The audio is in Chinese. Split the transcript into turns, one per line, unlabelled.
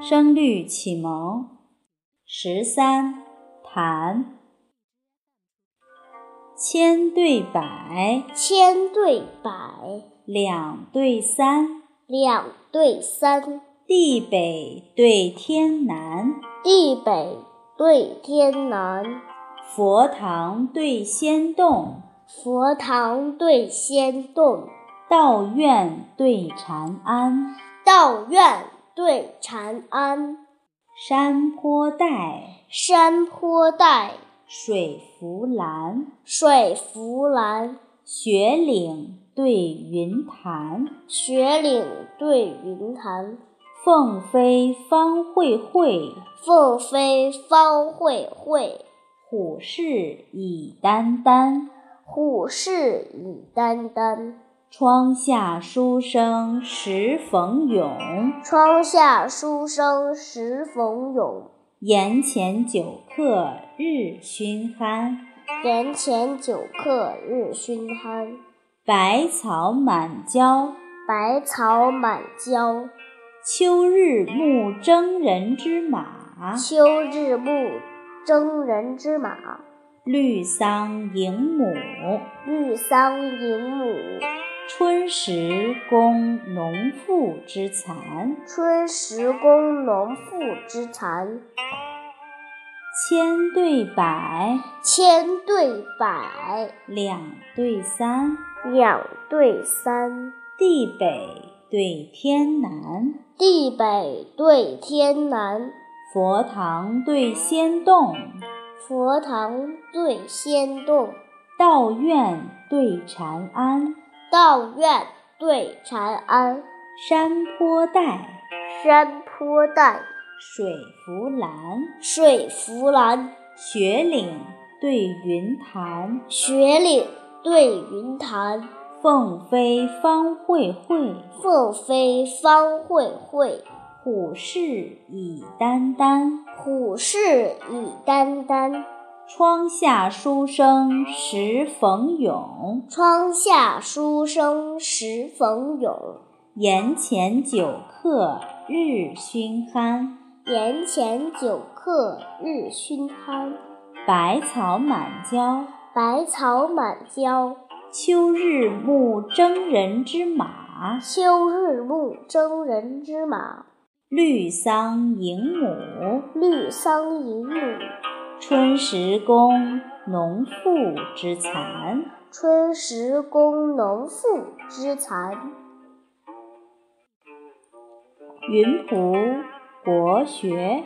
声律启蒙十三谈，千对百，
千对百，
两对三，
两对三，
地北对天南，
地北对天南，
佛堂对仙洞，
佛堂对仙洞，
道院对禅庵，
道院对禅庵，
山坡带，
山坡带，
水浮栏，
水浮栏，
雪岭对云潭，
雪岭对云潭，
凤飞方会会，
凤飞方会会，
虎视已眈眈。
虎视已眈眈。
窗下书生时逢咏，
窗下书生时逢咏，
檐前酒客日熏酣。
人前酒客日熏酣。
百草满郊，
百草满郊，
秋日暮征人之马。
秋日暮征人之马。
绿桑迎母，
绿桑迎母，
春时供农妇之蚕。
春时供农妇之蚕。
千对百，
千对百，
两对三，
两对三，
地北对天南，
地北对天南，
佛堂对仙洞，
佛堂对仙洞，
道院对禅庵，
道院对禅庵，
山坡带，
山坡带，
水浮栏，
水浮栏，
雪岭对云潭，
雪岭对云潭，
凤飞方会会，
凤飞方会会，
虎视已眈眈。
虎视已眈眈。
窗下书生时逢咏，
窗下书生时逢咏，
檐前酒客日熏酣。
檐前酒客日熏酣。
百草满郊，
百草满郊，
秋日暮征人之马。
秋日暮征人之马。
绿桑迎母，
绿桑迎母，
春时供农妇之蚕。
春时供农妇之蚕。
云浦国学。